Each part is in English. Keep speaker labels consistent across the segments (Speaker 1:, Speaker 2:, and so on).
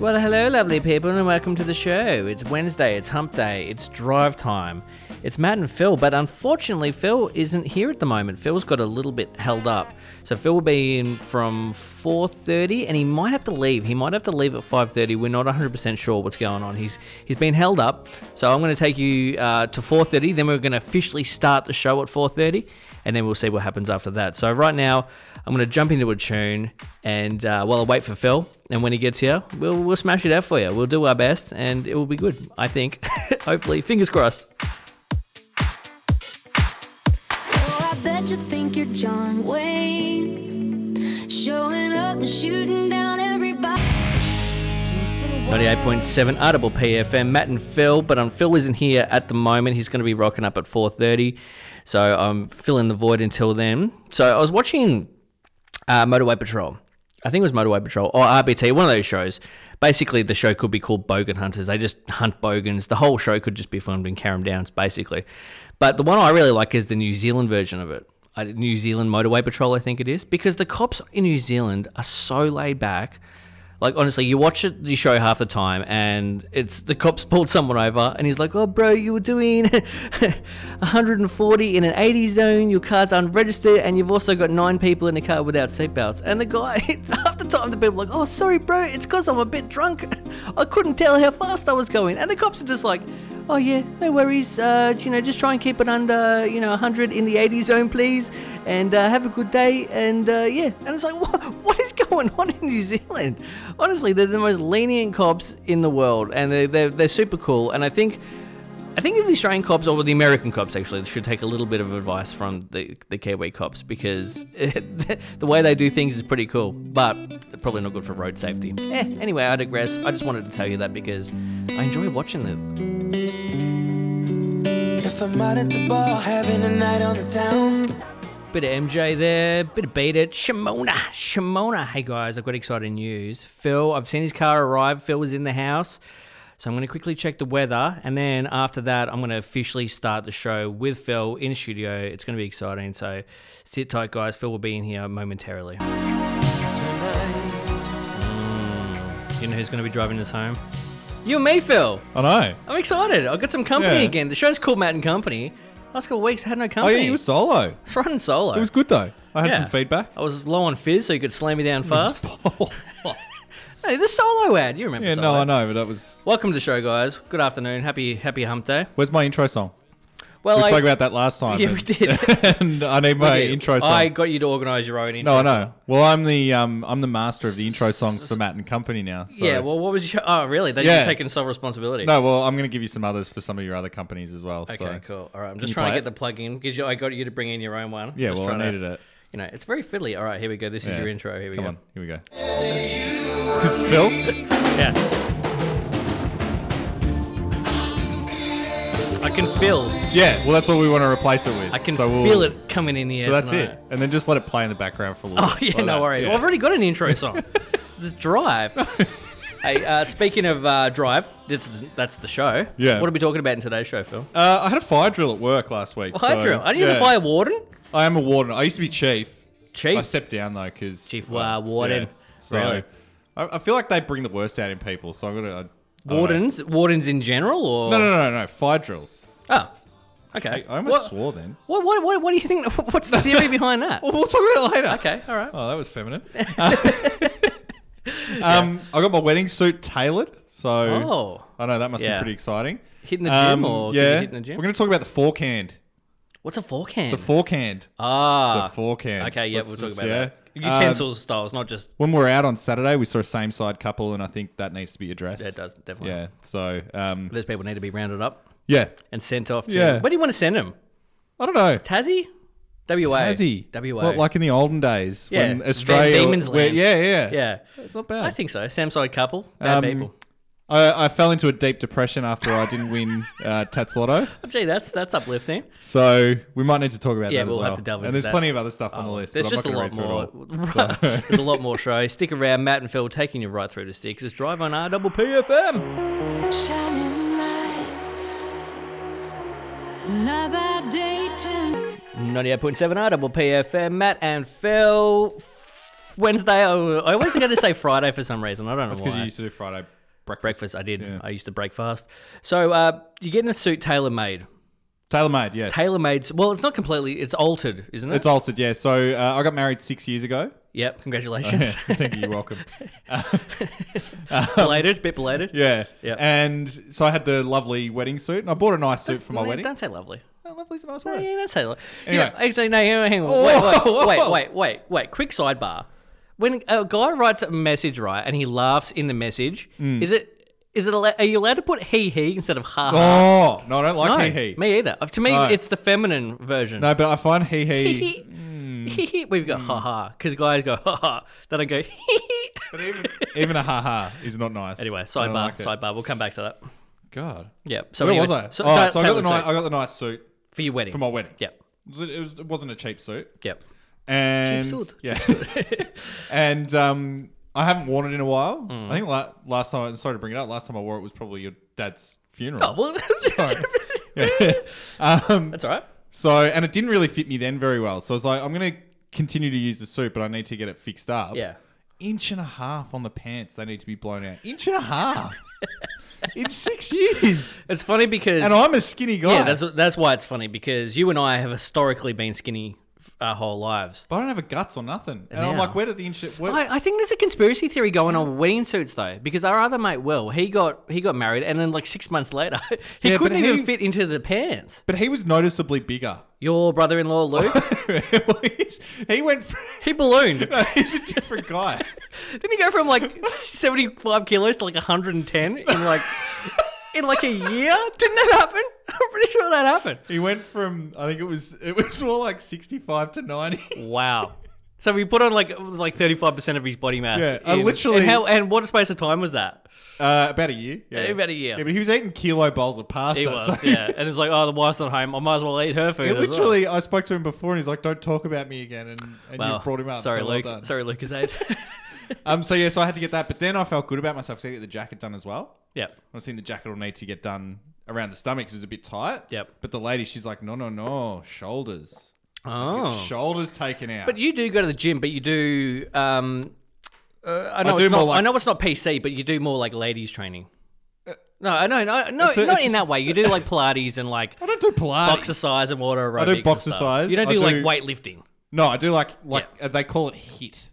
Speaker 1: Well, hello, lovely people, and welcome to the show. It's Wednesday, it's hump day, it's drive time. It's Matt and Phil, but unfortunately, Phil isn't here at the moment. Phil's got a little bit held up. So Phil will be in from 4.30, and he might have to leave. He might have to leave at 5.30. We're not 100% sure what's going on. He's He's been held up, so I'm going to take you uh, to 4.30. Then we're going to officially start the show at 4.30, and then we'll see what happens after that. So right now, I'm going to jump into a tune, and uh, while I wait for Phil, and when he gets here, we'll we'll smash it out for you. We'll do our best, and it will be good. I think. Hopefully, fingers crossed.
Speaker 2: Oh, I bet you think you're John Wayne, showing up and shooting down everybody.
Speaker 1: 98.7 Audible PFM. Matt and Phil, but um, Phil isn't here at the moment. He's going to be rocking up at 4:30, so I'm filling the void until then. So I was watching uh, Motorway Patrol. I think it was Motorway Patrol or RBT, one of those shows. Basically, the show could be called Bogan Hunters. They just hunt bogans. The whole show could just be filmed in Caram Downs, basically. But the one I really like is the New Zealand version of it. I- New Zealand Motorway Patrol, I think it is, because the cops in New Zealand are so laid back. Like honestly, you watch it, the show half the time, and it's the cops pulled someone over, and he's like, "Oh, bro, you were doing 140 in an 80 zone. Your car's unregistered, and you've also got nine people in the car without seatbelts." And the guy, half the time, the people are like, "Oh, sorry, bro, it's because I'm a bit drunk. I couldn't tell how fast I was going." And the cops are just like, "Oh yeah, no worries. Uh, you know, just try and keep it under, you know, 100 in the 80 zone, please, and uh, have a good day." And uh, yeah, and it's like, what, what is going on in New Zealand? Honestly, they're the most lenient cops in the world, and they're, they're, they're super cool. And I think I think the Australian cops or the American cops actually should take a little bit of advice from the, the Kiwi cops because the way they do things is pretty cool, but they're probably not good for road safety. Eh, anyway, I digress. I just wanted to tell you that because I enjoy watching them.
Speaker 3: If I'm out at the bar having a night on the town,
Speaker 1: Bit of MJ there, bit of beat it. Shimona, Shimona. Hey guys, I've got exciting news. Phil, I've seen his car arrive. Phil is in the house. So I'm going to quickly check the weather. And then after that, I'm going to officially start the show with Phil in studio. It's going to be exciting. So sit tight, guys. Phil will be in here momentarily. Mm. You know who's going to be driving us home? You and me, Phil.
Speaker 4: I know.
Speaker 1: I'm excited. I've got some company
Speaker 4: Yeah.
Speaker 1: again. The show's called Matt and Company. Last couple of weeks, I had no
Speaker 4: Oh
Speaker 1: company.
Speaker 4: yeah, you were solo.
Speaker 1: It's running solo.
Speaker 4: It was good though. I had
Speaker 1: Yeah.
Speaker 4: some feedback.
Speaker 1: I was low on fizz, so you could slam me down fast. Hey, the solo ad. You remember?
Speaker 4: yeah, no,
Speaker 1: solo.
Speaker 4: I know, but that was.
Speaker 1: Welcome to the show, guys. Good afternoon. Happy Happy Hump Day.
Speaker 4: Where's my intro song?
Speaker 1: Well,
Speaker 4: we
Speaker 1: I-
Speaker 4: spoke about that last time.
Speaker 1: Oh, Yeah,
Speaker 4: and-
Speaker 1: we did.
Speaker 4: and I need my
Speaker 1: Yeah,
Speaker 4: intro song.
Speaker 1: I got you to organise your own intro.
Speaker 4: no, I know. Well, I'm the um, I'm the master of the intro songs for Matt and Company now. So.
Speaker 1: Yeah. Well, what was your? Oh, really? They
Speaker 4: Yeah.
Speaker 1: just taken sole responsibility.
Speaker 4: No, well, I'm going to give you some others for some of your other companies as well.
Speaker 1: Okay,
Speaker 4: so.
Speaker 1: cool. All right, I'm just
Speaker 4: you
Speaker 1: trying to
Speaker 4: play
Speaker 1: get
Speaker 4: it?
Speaker 1: the plug in because I got you to bring in your own one.
Speaker 4: Yeah,
Speaker 1: Just
Speaker 4: well, I
Speaker 1: trying
Speaker 4: needed
Speaker 1: to,
Speaker 4: it.
Speaker 1: You know, it's very fiddly. All right, here we go. This is
Speaker 4: Yeah.
Speaker 1: your intro. Here we
Speaker 4: Come
Speaker 1: go.
Speaker 4: on, here we go. It's Phil.
Speaker 1: Yeah. I can feel.
Speaker 4: Yeah, well, that's what we want to replace it with.
Speaker 1: I can
Speaker 4: so we'll,
Speaker 1: feel it coming in the air.
Speaker 4: So that's
Speaker 1: tonight.
Speaker 4: it, and then just let it play in the background for a little.
Speaker 1: Oh yeah,
Speaker 4: like
Speaker 1: no
Speaker 4: that.
Speaker 1: worries.
Speaker 4: Yeah.
Speaker 1: Well, I've already got an intro song. Just drive. hey, uh, speaking of uh, drive, that's that's the show.
Speaker 4: Yeah.
Speaker 1: What are we talking about in today's show, Phil?
Speaker 4: Uh, I had a fire drill at work last week.
Speaker 1: Fire
Speaker 4: so,
Speaker 1: drill. Are you
Speaker 4: yeah.
Speaker 1: the fire warden?
Speaker 4: I am a warden. I used to be chief. I
Speaker 1: Chief.
Speaker 4: stepped down though because
Speaker 1: Chief, uh, warden.
Speaker 4: So
Speaker 1: Really?
Speaker 4: I, I feel like they bring the worst out in people. So I'm gonna I, I don't
Speaker 1: wardens. Wardens in general, or
Speaker 4: know. No, no, no, no. Fire drills.
Speaker 1: Oh. Okay.
Speaker 4: I almost
Speaker 1: what,
Speaker 4: swore then.
Speaker 1: what, what, what, what do you think? What's the theory behind that?
Speaker 4: Well, we'll talk about it later.
Speaker 1: Okay. All right.
Speaker 4: Oh, that was feminine. Uh, um, I got my wedding suit tailored. So
Speaker 1: Oh.
Speaker 4: I know that must
Speaker 1: Yeah.
Speaker 4: be pretty exciting.
Speaker 1: Hitting the gym
Speaker 4: Um,
Speaker 1: or
Speaker 4: yeah,
Speaker 1: hitting the gym?
Speaker 4: We're gonna talk about the forehand.
Speaker 1: What's a forehand?
Speaker 4: The forehand.
Speaker 1: ah.
Speaker 4: the forehand.
Speaker 1: Okay. Yeah,
Speaker 4: Let's
Speaker 1: we'll talk
Speaker 4: just-
Speaker 1: about
Speaker 4: yeah. Um,
Speaker 1: that. Utensils, styles, not just.
Speaker 4: when we were out on Saturday, we saw a same side couple, and I think that needs to be addressed.
Speaker 1: That does definitely.
Speaker 4: Yeah. So, um,
Speaker 1: Those people need to be rounded up
Speaker 4: yeah.
Speaker 1: and sent off. To,
Speaker 4: Yeah.
Speaker 1: Where do you want to send them?
Speaker 4: I don't know.
Speaker 1: Tassie? WA.
Speaker 4: Tassie.
Speaker 1: WA.
Speaker 4: What, like in the olden days
Speaker 1: Yeah.
Speaker 4: when Australia.
Speaker 1: Van Diemen's
Speaker 4: where-
Speaker 1: Land.
Speaker 4: Yeah, yeah.
Speaker 1: yeah.
Speaker 4: It's not bad.
Speaker 1: I think so. Samside couple. Bad
Speaker 4: Um,
Speaker 1: people.
Speaker 4: I, I fell into a deep depression after I didn't win uh, Tats Lotto.
Speaker 1: Oh, gee, that's that's uplifting.
Speaker 4: So we might need to talk about
Speaker 1: Yeah,
Speaker 4: that
Speaker 1: we'll
Speaker 4: as well.
Speaker 1: have to delve into
Speaker 4: and there's
Speaker 1: that.
Speaker 4: plenty of other stuff on the list.
Speaker 1: There's
Speaker 4: but
Speaker 1: just a
Speaker 4: I'm
Speaker 1: lot
Speaker 4: not gonna read
Speaker 1: more.
Speaker 4: through it all.
Speaker 1: There's a lot more show. Stick around, Matt and Phil taking you right through to six. It's drive on RPPFM.
Speaker 2: Shining light, another day to
Speaker 1: 98.7 RPPFM. Matt and Phil. Wednesday. I, I always forget to say Friday for some reason. I don't know
Speaker 4: That's
Speaker 1: why.
Speaker 4: because you used to do Friday breakfast.
Speaker 1: breakfast. I did.
Speaker 4: Yeah.
Speaker 1: I used to break fast. So uh, you're getting a suit tailor made.
Speaker 4: Tailor made, yes.
Speaker 1: Tailor made. Well, it's not completely. It's altered, isn't it?
Speaker 4: It's altered, yeah. So uh, I got married six years ago.
Speaker 1: Yep. Congratulations.
Speaker 4: Thank you. You're welcome.
Speaker 1: belated. Bit belated.
Speaker 4: Yeah.
Speaker 1: Yep.
Speaker 4: And so I had the lovely wedding suit, and I bought a nice suit for my
Speaker 1: Don't-
Speaker 4: wedding.
Speaker 1: Don't say lovely.
Speaker 4: Oh, lovely's a nice
Speaker 1: No,
Speaker 4: word.
Speaker 1: yeah, don't say lovely.
Speaker 4: Anyway.
Speaker 1: actually, no. Hang on. Hang on.
Speaker 4: Whoa,
Speaker 1: wait, wait,
Speaker 4: whoa.
Speaker 1: wait, wait, wait. Quick sidebar. When a guy writes a message, right, and he laughs in the message,
Speaker 4: Mm.
Speaker 1: is it? Is it? Allo- are you allowed to put he he instead of ha ha?
Speaker 4: Oh no, I don't like
Speaker 1: no,
Speaker 4: hee hee.
Speaker 1: me either. To me,
Speaker 4: No.
Speaker 1: it's the feminine version.
Speaker 4: No, Mm. but I find hee hee.
Speaker 1: We've got ha ha because guys go ha ha. Then I go
Speaker 4: but even, even a ha ha is not nice.
Speaker 1: anyway.
Speaker 4: I
Speaker 1: Sidebar,
Speaker 4: don't like it.
Speaker 1: sidebar. We'll come back to that.
Speaker 4: God.
Speaker 1: Yeah. So
Speaker 4: Where
Speaker 1: anyway,
Speaker 4: was I?
Speaker 1: So,
Speaker 4: oh,
Speaker 1: so
Speaker 4: so I got the
Speaker 1: tell us,
Speaker 4: nice, I got the nice suit
Speaker 1: for your wedding.
Speaker 4: for my wedding.
Speaker 1: Yep.
Speaker 4: It was- It, was, it wasn't a cheap suit.
Speaker 1: Yep.
Speaker 4: And
Speaker 1: suit,
Speaker 4: yeah, and um, I haven't worn it in a while.
Speaker 1: Hmm.
Speaker 4: I think la- last time. I'm sorry to bring it up. Last time I wore it was probably your dad's funeral.
Speaker 1: Oh well.
Speaker 4: Sorry. Yeah. um,
Speaker 1: That's all right.
Speaker 4: so and it didn't really fit me then very well. So I was like, I'm gonna continue to use the suit, but I need to get it fixed up.
Speaker 1: Yeah.
Speaker 4: Inch and a half on the pants. They need to be blown out. Inch and a half. in six years.
Speaker 1: It's funny because
Speaker 4: And I'm a skinny guy.
Speaker 1: yeah, that's that's why it's funny because you and I have historically been skinny our whole lives.
Speaker 4: but I don't have a guts or nothing. And, I'm
Speaker 1: now-
Speaker 4: like, where did the inch? Where,
Speaker 1: I, I think there's a conspiracy theory going on with wedding suits though, because our other mate Will, he got he got married and then like six months later he
Speaker 4: Yeah, but
Speaker 1: couldn't even
Speaker 4: he-
Speaker 1: fit into the pants.
Speaker 4: but he was noticeably bigger.
Speaker 1: Your brother-in-law Luke,
Speaker 4: he went. From,
Speaker 1: he ballooned.
Speaker 4: no, he's a different guy.
Speaker 1: Didn't he go from like 75 kilos to like 110 in like in like a year? Didn't that happen? I'm pretty sure that happened.
Speaker 4: He went from I think it was it was more like 65 to 90.
Speaker 1: Wow. So we put on like like 35% of his body mass.
Speaker 4: Yeah, I
Speaker 1: in-
Speaker 4: literally-
Speaker 1: And, how, and what space of time was that?
Speaker 4: Uh, about a year. Yeah.
Speaker 1: About a year.
Speaker 4: Yeah, but he was eating kilo bowls of pasta.
Speaker 1: He
Speaker 4: so
Speaker 1: was, yeah. And it's like, oh, the wife's not home. I might as well eat her food. as
Speaker 4: It
Speaker 1: well.
Speaker 4: literally, I spoke to him before, and he's like, "Don't talk about me again." And, and
Speaker 1: Wow.
Speaker 4: you brought him up.
Speaker 1: Sorry,
Speaker 4: so well
Speaker 1: Luke.
Speaker 4: done.
Speaker 1: Sorry, Lucas Aid.
Speaker 4: Um. So yeah, so I had to get that, but then I felt good about myself because I had to get the jacket done as well.
Speaker 1: yep.
Speaker 4: I was seeing the jacket will need to get done around the stomach because it was a bit tight.
Speaker 1: Yep.
Speaker 4: But the lady, she's like, "No, no, no, shoulders. Get
Speaker 1: Oh.
Speaker 4: Shoulders taken out."
Speaker 1: But you do go to the gym, but you do. Um, uh, I know
Speaker 4: do
Speaker 1: it's not.
Speaker 4: more like- Uh,
Speaker 1: I know it's not PC, but you do more like ladies training. No, I know, no, no,
Speaker 4: It's a-
Speaker 1: not
Speaker 4: it's-
Speaker 1: in that way. You do like Pilates and like
Speaker 4: I don't do Pilates.
Speaker 1: boxer size and water aerobics.
Speaker 4: do
Speaker 1: and stuff.
Speaker 4: boxercise,
Speaker 1: You don't
Speaker 4: I
Speaker 1: do like
Speaker 4: do-
Speaker 1: weightlifting.
Speaker 4: No, I do like like
Speaker 1: Yeah.
Speaker 4: uh, they call it hit.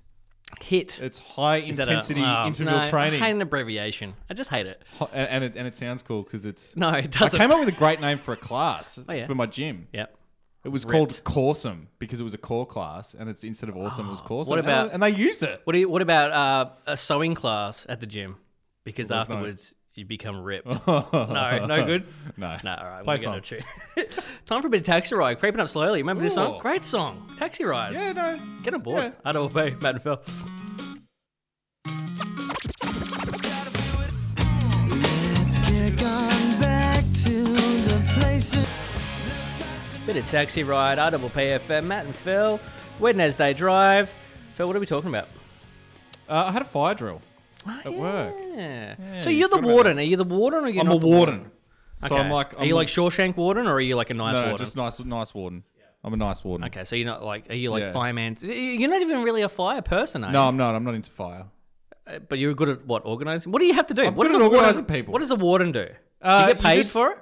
Speaker 1: Hit.
Speaker 4: It's high
Speaker 1: Is that a-
Speaker 4: intensity
Speaker 1: oh,
Speaker 4: interval
Speaker 1: no,
Speaker 4: training,
Speaker 1: I hate an abbreviation. I just hate it.
Speaker 4: Ho- and, and it and it sounds cool because it's.
Speaker 1: No, it
Speaker 4: I
Speaker 1: doesn't. Oh,
Speaker 4: came up with a great name for a class
Speaker 1: yeah.
Speaker 4: for my gym.
Speaker 1: Yep.
Speaker 4: It was called Corsum because it was a core class, and it's instead of awesome, it was Corsum.
Speaker 1: what
Speaker 4: And-
Speaker 1: about-
Speaker 4: and, they used it?
Speaker 1: What do you, What about uh, a sewing class at the gym? Because
Speaker 4: Well, it's not-
Speaker 1: afterwards you become ripped.
Speaker 4: no,
Speaker 1: no good?
Speaker 4: No,
Speaker 1: No, all right.
Speaker 4: Play
Speaker 1: We'll
Speaker 4: song.
Speaker 1: get to it. Time for a bit of Taxi Ride. Creeping Up Slowly. Remember this song?
Speaker 4: Ooh.
Speaker 1: Great song. Taxi Ride.
Speaker 4: Yeah, no.
Speaker 1: Get on board.
Speaker 4: Yeah.
Speaker 1: I don't obey, Matt and Phil. Bit of taxi ride, I double PFM, Matt and Phil, Wednesday drive. Phil, what are we talking about?
Speaker 4: Uh, I had a fire drill.
Speaker 1: At
Speaker 4: work.
Speaker 1: so you're the
Speaker 4: good about
Speaker 1: warden. Are you the warden or you're
Speaker 4: I'm
Speaker 1: not
Speaker 4: a
Speaker 1: the
Speaker 4: warden, so
Speaker 1: Okay.
Speaker 4: I'm like, I'm
Speaker 1: are you like Shawshank warden or are you like a
Speaker 4: no,
Speaker 1: nice
Speaker 4: no,
Speaker 1: warden?
Speaker 4: just nice, nice warden. I'm a nice warden.
Speaker 1: Okay, so you're not like, are you like
Speaker 4: Yeah.
Speaker 1: fireman? You're not even really a fire person, are you?
Speaker 4: No, I'm not. I'm not into fire.
Speaker 1: Uh, But you're good at what organizing? What do you have to do?
Speaker 4: I'm
Speaker 1: what
Speaker 4: good
Speaker 1: does
Speaker 4: at
Speaker 1: a warden-
Speaker 4: organising people.
Speaker 1: What does the warden do? do
Speaker 4: Uh,
Speaker 1: you get
Speaker 4: you
Speaker 1: paid
Speaker 4: just-
Speaker 1: for it?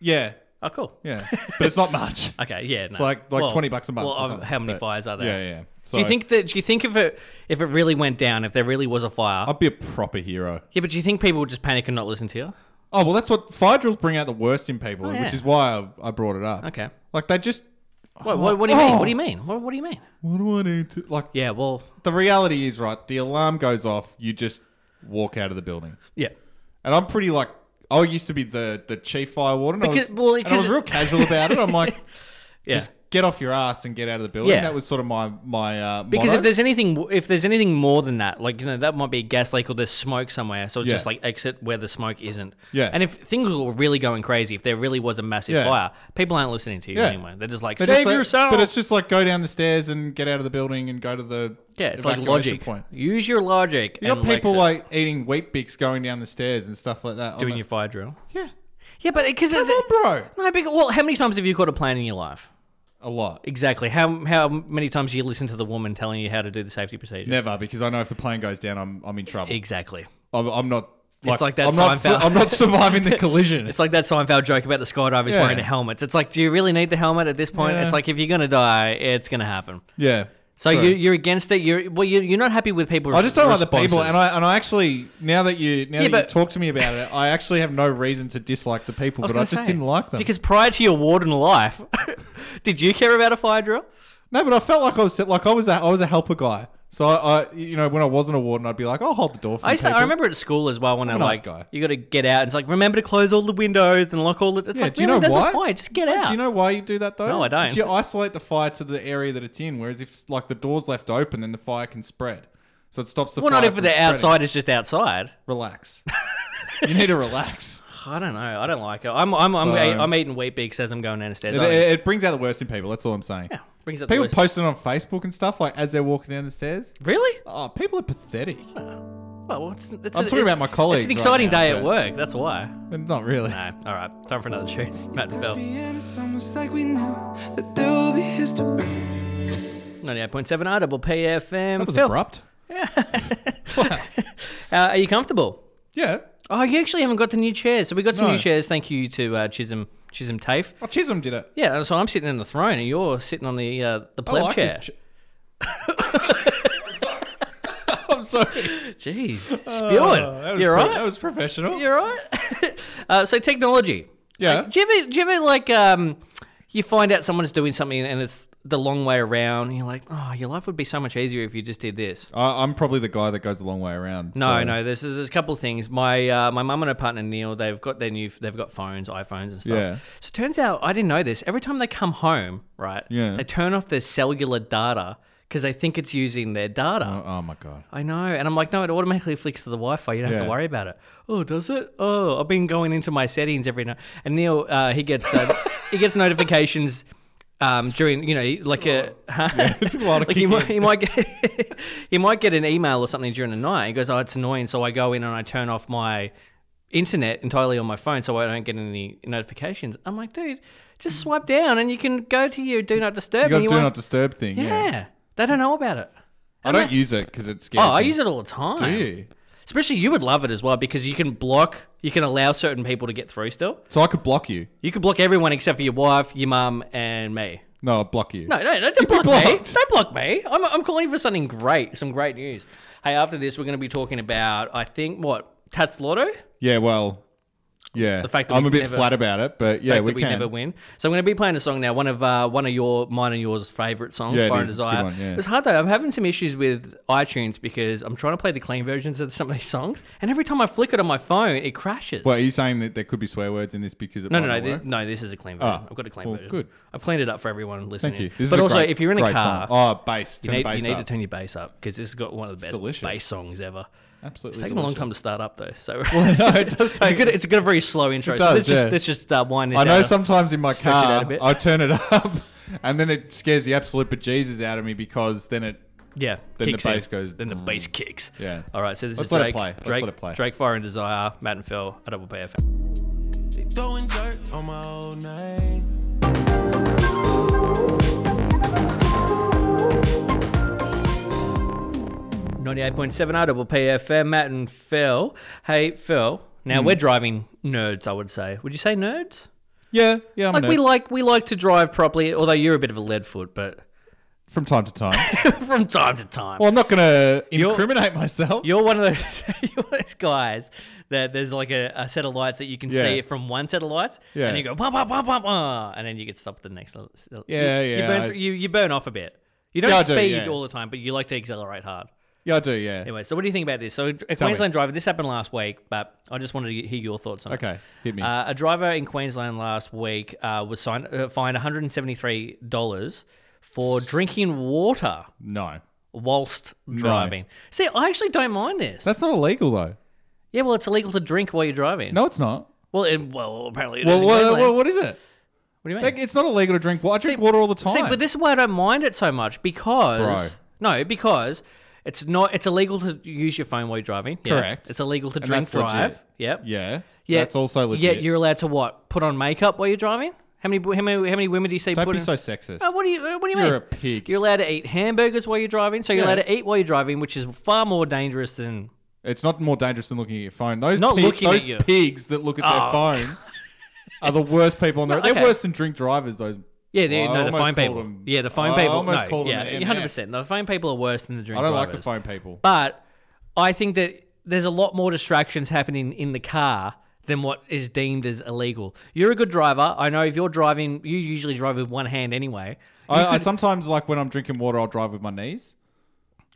Speaker 4: Yeah,
Speaker 1: Oh, cool.
Speaker 4: yeah, but it's not much.
Speaker 1: Okay, yeah. It's
Speaker 4: like- like 20 bucks a month
Speaker 1: Well,
Speaker 4: or
Speaker 1: um,
Speaker 4: something,
Speaker 1: how many
Speaker 4: but-
Speaker 1: fires are there?
Speaker 4: Yeah, yeah. So
Speaker 1: Do you think that? Do you think if it if it really went down, if there really was a fire?
Speaker 4: I'd be a proper hero?
Speaker 1: yeah, but do you think people would just panic and not listen to you?
Speaker 4: Oh well, that's what fire drills bring out the worst in people,
Speaker 1: Oh, yeah.
Speaker 4: which is why I, I brought it up.
Speaker 1: Okay.
Speaker 4: Like they just.
Speaker 1: What, what, what do you mean? What do you
Speaker 4: Oh.
Speaker 1: mean? What, what do you mean?
Speaker 4: What do I need to like?
Speaker 1: Yeah. Well.
Speaker 4: The reality is, right? The alarm goes off. You just walk out of the building,
Speaker 1: Yeah.
Speaker 4: and I'm pretty like. I used to be the the chief fire warden. I was-
Speaker 1: Because- well,
Speaker 4: and I
Speaker 1: because-
Speaker 4: was real casual about it. I'm like,
Speaker 1: Yeah.
Speaker 4: just get off your ass and get out of the building.
Speaker 1: Yeah.
Speaker 4: That was sort of my my uh,
Speaker 1: because
Speaker 4: motto.
Speaker 1: if there's anything, if there's anything more than that, like you know, that might be a gas leak or there's smoke somewhere, so it's
Speaker 4: Yeah.
Speaker 1: just like exit where the smoke isn't.
Speaker 4: Yeah.
Speaker 1: And if things were really going crazy, if there really was a massive
Speaker 4: Yeah.
Speaker 1: fire, people aren't listening to you
Speaker 4: Yeah.
Speaker 1: anyway. They're just like
Speaker 4: They just
Speaker 1: save
Speaker 4: say-
Speaker 1: yourself.
Speaker 4: But it's just like go down the stairs and get out of the building and go to the
Speaker 1: yeah, it's like
Speaker 4: evacuation
Speaker 1: logic.
Speaker 4: point.
Speaker 1: Use your logic.
Speaker 4: You got
Speaker 1: and
Speaker 4: people
Speaker 1: exit.
Speaker 4: like eating wheat bix going down the stairs and stuff like that. I'm
Speaker 1: doing
Speaker 4: like,
Speaker 1: your fire drill.
Speaker 4: yeah.
Speaker 1: Yeah, but because
Speaker 4: Come on, bro.
Speaker 1: No, because well, how many times have you got a plan in your life?
Speaker 4: a lot.
Speaker 1: Exactly. How how many times do you listen to the woman telling you how to do the safety procedure?
Speaker 4: Never, because I know if the plane goes down, I'm I'm in trouble.
Speaker 1: Exactly.
Speaker 4: I'm, I'm not. Like,
Speaker 1: It's like that
Speaker 4: I'm not,
Speaker 1: Seinfeld-
Speaker 4: I'm not surviving the collision.
Speaker 1: It's like that Seinfeld joke about the skydivers
Speaker 4: Yeah.
Speaker 1: wearing the helmets. It's like, do you really need the helmet at this point?
Speaker 4: Yeah.
Speaker 1: It's like if you're gonna die, it's gonna happen.
Speaker 4: yeah.
Speaker 1: So
Speaker 4: True.
Speaker 1: you, you're against it. You're well. You're, you're not happy with people.
Speaker 4: I just don't like the people,
Speaker 1: responses.
Speaker 4: and I and I actually now that you now
Speaker 1: Yeah,
Speaker 4: that
Speaker 1: but-
Speaker 4: you talk to me about it, I actually have no reason to dislike the people,
Speaker 1: was
Speaker 4: but I
Speaker 1: gonna
Speaker 4: just
Speaker 1: say,
Speaker 4: didn't like them.
Speaker 1: because prior to your warden life, did you care about a fire drill?
Speaker 4: no, but I felt like I was like I was a, I was a helper guy. So I, I you know when I wasn't a warden, I'd be like, I'll hold the door for
Speaker 1: I
Speaker 4: you
Speaker 1: used to, I
Speaker 4: people."
Speaker 1: remember at school as well when i
Speaker 4: a nice
Speaker 1: like
Speaker 4: guy.
Speaker 1: you got to get out. It's like remember to close all the windows and lock all the. It's
Speaker 4: Yeah,
Speaker 1: like
Speaker 4: do you
Speaker 1: really,
Speaker 4: know
Speaker 1: that's
Speaker 4: why?
Speaker 1: a point. Just get out.
Speaker 4: Do you know why you do that though?
Speaker 1: No, I don't.
Speaker 4: 'Cause you isolate the fire to the area that it's in, whereas if like the door's left open, then the fire can spread. So it stops the
Speaker 1: well,
Speaker 4: fire.
Speaker 1: not if
Speaker 4: from
Speaker 1: the
Speaker 4: spreading.
Speaker 1: outside is just outside.
Speaker 4: Relax. you need to relax.
Speaker 1: I don't know. I don't like it. I'm I'm I'm,
Speaker 4: So-
Speaker 1: I'm eating wheat bix as I'm going down the stairs.
Speaker 4: It,
Speaker 1: I-
Speaker 4: it- it brings out the worst in people. That's all I'm saying.
Speaker 1: yeah, brings up the
Speaker 4: People
Speaker 1: worst.
Speaker 4: posting on Facebook and stuff like as they're walking down the stairs.
Speaker 1: Really?
Speaker 4: Oh, people are pathetic.
Speaker 1: Well, it's, it's
Speaker 4: I'm talking about my colleagues
Speaker 1: It's an
Speaker 4: right
Speaker 1: exciting
Speaker 4: now,
Speaker 1: day
Speaker 4: but-
Speaker 1: at work. That's why.
Speaker 4: Not really.
Speaker 1: No, all right. Time for another tune. Matt Spell.
Speaker 3: And it's almost like we know that there will be history.
Speaker 1: 98.7 R double PFM.
Speaker 4: That was
Speaker 1: Phil,
Speaker 4: abrupt.
Speaker 1: uh, are you comfortable?
Speaker 4: Yeah.
Speaker 1: Oh, you actually haven't got the new chairs. So we got some
Speaker 4: No.
Speaker 1: new chairs. Thank you to uh, Chisholm Chisholm Tafe.
Speaker 4: Oh, Chisholm did it.
Speaker 1: Yeah, so I'm sitting in the throne and you're sitting on the uh, the
Speaker 4: I
Speaker 1: pleb
Speaker 4: like
Speaker 1: chair.
Speaker 4: this. ch- I'm sorry.
Speaker 1: Jeez,
Speaker 4: Oh, that
Speaker 1: spewing.
Speaker 4: was
Speaker 1: you're
Speaker 4: pro-
Speaker 1: right.
Speaker 4: That was professional.
Speaker 1: You're right. uh, so technology.
Speaker 4: Yeah.
Speaker 1: Like, do you ever, do you ever like um, you find out someone's doing something and it's the long way around? And you're like, oh, your life would be so much easier if you just did this.
Speaker 4: I, I'm probably the guy that goes a long way around.
Speaker 1: No,
Speaker 4: so-
Speaker 1: no. There's there's a couple of things. My uh, my mum and her partner Neil, they've got their new they've got phones, iPhones and stuff.
Speaker 4: Yeah.
Speaker 1: So it turns out I didn't know this. Every time they come home, right?
Speaker 4: Yeah.
Speaker 1: They turn off their cellular data because they think it's using their data.
Speaker 4: Oh, oh my god.
Speaker 1: I know, and I'm like, no, it automatically flicks to the Wi-Fi. You don't have
Speaker 4: Yeah.
Speaker 1: to worry about it. Oh, does it? Oh, I've been going into my settings every night. And Neil, uh, he gets uh, he gets notifications um, during you know like a
Speaker 4: it's a lot of
Speaker 1: like he might,
Speaker 4: kicking.
Speaker 1: he might get he might get an email or something during the night. He goes, oh, it's annoying. So I go in and I turn off my internet entirely on my phone so I don't get any notifications. I'm like, dude, just swipe down and you can go to your do not disturb.
Speaker 4: You got
Speaker 1: and
Speaker 4: do
Speaker 1: you won't-
Speaker 4: not disturb thing. Yeah.
Speaker 1: yeah, they don't know about it.
Speaker 4: I don't use it because it scares
Speaker 1: Oh, I
Speaker 4: me.
Speaker 1: use it all the time.
Speaker 4: Do you?
Speaker 1: Especially you would love it as well because you can block, you can allow certain people to get through still.
Speaker 4: So I could block you.
Speaker 1: You can block everyone except for your wife, your mum, and me.
Speaker 4: No, I'll block you.
Speaker 1: No, no, no don't
Speaker 4: be
Speaker 1: block me.
Speaker 4: blocked.
Speaker 1: Don't block me. I'm, I'm calling for something great, some great news. Hey, after this, we're going to be talking about, I think, what, Tats Lotto?
Speaker 4: Yeah, well, yeah. The
Speaker 1: fact that
Speaker 4: I'm
Speaker 1: we
Speaker 4: a bit
Speaker 1: never-
Speaker 4: flat about it, but yeah,
Speaker 1: Fact
Speaker 4: we
Speaker 1: that we
Speaker 4: can.
Speaker 1: never win. So I'm going to be playing a song now, one of uh, one of your, mine and yours favourite songs,
Speaker 4: Yeah, it
Speaker 1: Fire
Speaker 4: is.
Speaker 1: and
Speaker 4: It's a good
Speaker 1: Desire.
Speaker 4: one, yeah.
Speaker 1: It's hard though. I'm having some issues with iTunes because I'm trying to play the clean versions of some of these songs, and every time I flick it on my phone, it crashes.
Speaker 4: Well, are you saying that there could be swear words in this because it
Speaker 1: No,
Speaker 4: might
Speaker 1: no, no,
Speaker 4: not
Speaker 1: this,
Speaker 4: work?
Speaker 1: no. This is a clean version.
Speaker 4: Oh,
Speaker 1: I've got a clean
Speaker 4: well,
Speaker 1: version.
Speaker 4: good.
Speaker 1: I've cleaned it up for everyone listening.
Speaker 4: Thank you. This
Speaker 1: but
Speaker 4: is a
Speaker 1: also,
Speaker 4: great-
Speaker 1: if you're in a
Speaker 4: great
Speaker 1: car,
Speaker 4: song. oh, bass,
Speaker 1: you
Speaker 4: turn
Speaker 1: need,
Speaker 4: the bass
Speaker 1: you need to
Speaker 4: up.
Speaker 1: turn your bass up because this has got one of the best
Speaker 4: delicious.
Speaker 1: bass songs ever.
Speaker 4: Absolutely,
Speaker 1: It's taken a long time to start up though, so
Speaker 4: no, it does
Speaker 1: it's, a
Speaker 4: take-
Speaker 1: good, it's got a very slow intro. so
Speaker 4: does,
Speaker 1: let's just
Speaker 4: yeah.
Speaker 1: let's just uh, wind this.
Speaker 4: I know
Speaker 1: down.
Speaker 4: sometimes in my
Speaker 1: Stretch it out a
Speaker 4: car,
Speaker 1: bit.
Speaker 4: I turn it up, and then it scares the absolute bejesus out of me because then it.
Speaker 1: Yeah.
Speaker 4: Then the
Speaker 1: kicks in.
Speaker 4: bass goes, mm.
Speaker 1: Then the bass kicks.
Speaker 4: Yeah.
Speaker 1: All right. So this
Speaker 4: Let's
Speaker 1: is
Speaker 4: let it
Speaker 1: Drake.
Speaker 4: play. Let's
Speaker 1: Drake,
Speaker 4: let it play.
Speaker 1: Drake, Fire and Desire, Matt and Phil, a double PFM.
Speaker 3: They throwing dirt on my old name.
Speaker 1: Ninety-eight point seven R double PFM. Matt and Phil. Hey Phil. Now
Speaker 4: Hmm.
Speaker 1: we're driving nerds. I would say. Would you say nerds?
Speaker 4: Yeah, yeah, I'm
Speaker 1: like
Speaker 4: a
Speaker 1: we
Speaker 4: nerd.
Speaker 1: like we like to drive properly. Although you're a bit of a lead foot, but
Speaker 4: from time to time.
Speaker 1: from time to time,
Speaker 4: well, I'm not gonna incriminate myself.
Speaker 1: you're one of those you're one of those guys that there's like a, a set of lights that you can
Speaker 4: Yeah.
Speaker 1: see it from one set of lights,
Speaker 4: Yeah.
Speaker 1: and you go bah, bah, bah, bah, bah, uh, and then you get stopped at the next. level. So
Speaker 4: Yeah,
Speaker 1: you, You
Speaker 4: yeah,
Speaker 1: burn,
Speaker 4: I-
Speaker 1: through- you you burn off a bit. You don't
Speaker 4: Yeah, I do,
Speaker 1: speed
Speaker 4: yeah.
Speaker 1: all the time, but you like to accelerate hard.
Speaker 4: Yeah, I do. Yeah.
Speaker 1: Anyway, so what do you think about this? So, a Queensland driver, this happened last week, but I just wanted to hear your thoughts on it.
Speaker 4: Okay, hit me.
Speaker 1: Uh, a driver in Queensland last week uh, was signed, uh, fined $173 for drinking water
Speaker 4: No,
Speaker 1: whilst driving. See, I actually don't mind this.
Speaker 4: that's not illegal though.
Speaker 1: yeah, well, it's illegal to drink while you're driving.
Speaker 4: No, it's not.
Speaker 1: Well, it, well apparently it is
Speaker 4: Well,
Speaker 1: in
Speaker 4: what,
Speaker 1: Queensland.
Speaker 4: what, what is it?
Speaker 1: What do you mean?
Speaker 4: Like, it's not illegal to drink water. I drink water all the time.
Speaker 1: See, but this is why I don't mind it so much because no, because it's not. It's illegal to use your phone while you're driving. Yeah.
Speaker 4: Correct.
Speaker 1: It's illegal to
Speaker 4: And
Speaker 1: drink
Speaker 4: that's legit.
Speaker 1: drive. Yep.
Speaker 4: yeah,
Speaker 1: Yeah,
Speaker 4: that's also legit.
Speaker 1: Yeah, you're allowed to what? Put on makeup while you're driving? How many how many how many women do you see?
Speaker 4: Don't
Speaker 1: put
Speaker 4: be
Speaker 1: in-
Speaker 4: so sexist.
Speaker 1: Uh, what do you uh, What do you
Speaker 4: You're
Speaker 1: mean?
Speaker 4: a pig.
Speaker 1: You're allowed to eat hamburgers while you're driving, so you're
Speaker 4: Yeah.
Speaker 1: allowed to eat while you're driving, which is far more dangerous than.
Speaker 4: It's not more dangerous than looking at your phone. Those
Speaker 1: Not
Speaker 4: pig-
Speaker 1: looking at
Speaker 4: those
Speaker 1: you.
Speaker 4: pigs that look at their
Speaker 1: Oh.
Speaker 4: phone are the worst people on the road. They're
Speaker 1: okay.
Speaker 4: worse than drink drivers. Those
Speaker 1: Yeah, the,
Speaker 4: Well, I
Speaker 1: no, the
Speaker 4: almost
Speaker 1: phone
Speaker 4: called
Speaker 1: people.
Speaker 4: them-
Speaker 1: yeah, the phone
Speaker 4: I
Speaker 1: people.
Speaker 4: almost
Speaker 1: no,
Speaker 4: called them
Speaker 1: yeah,
Speaker 4: an M&M.
Speaker 1: 100%. The phone people are worse than the drink
Speaker 4: I don't like
Speaker 1: drivers.
Speaker 4: the phone people.
Speaker 1: But I think that there's a lot more distractions happening in the car than what is deemed as illegal. You're a good driver. I know if you're driving, you usually drive with one hand anyway.
Speaker 4: I, I sometimes like when I'm drinking water, I'll drive with my knees.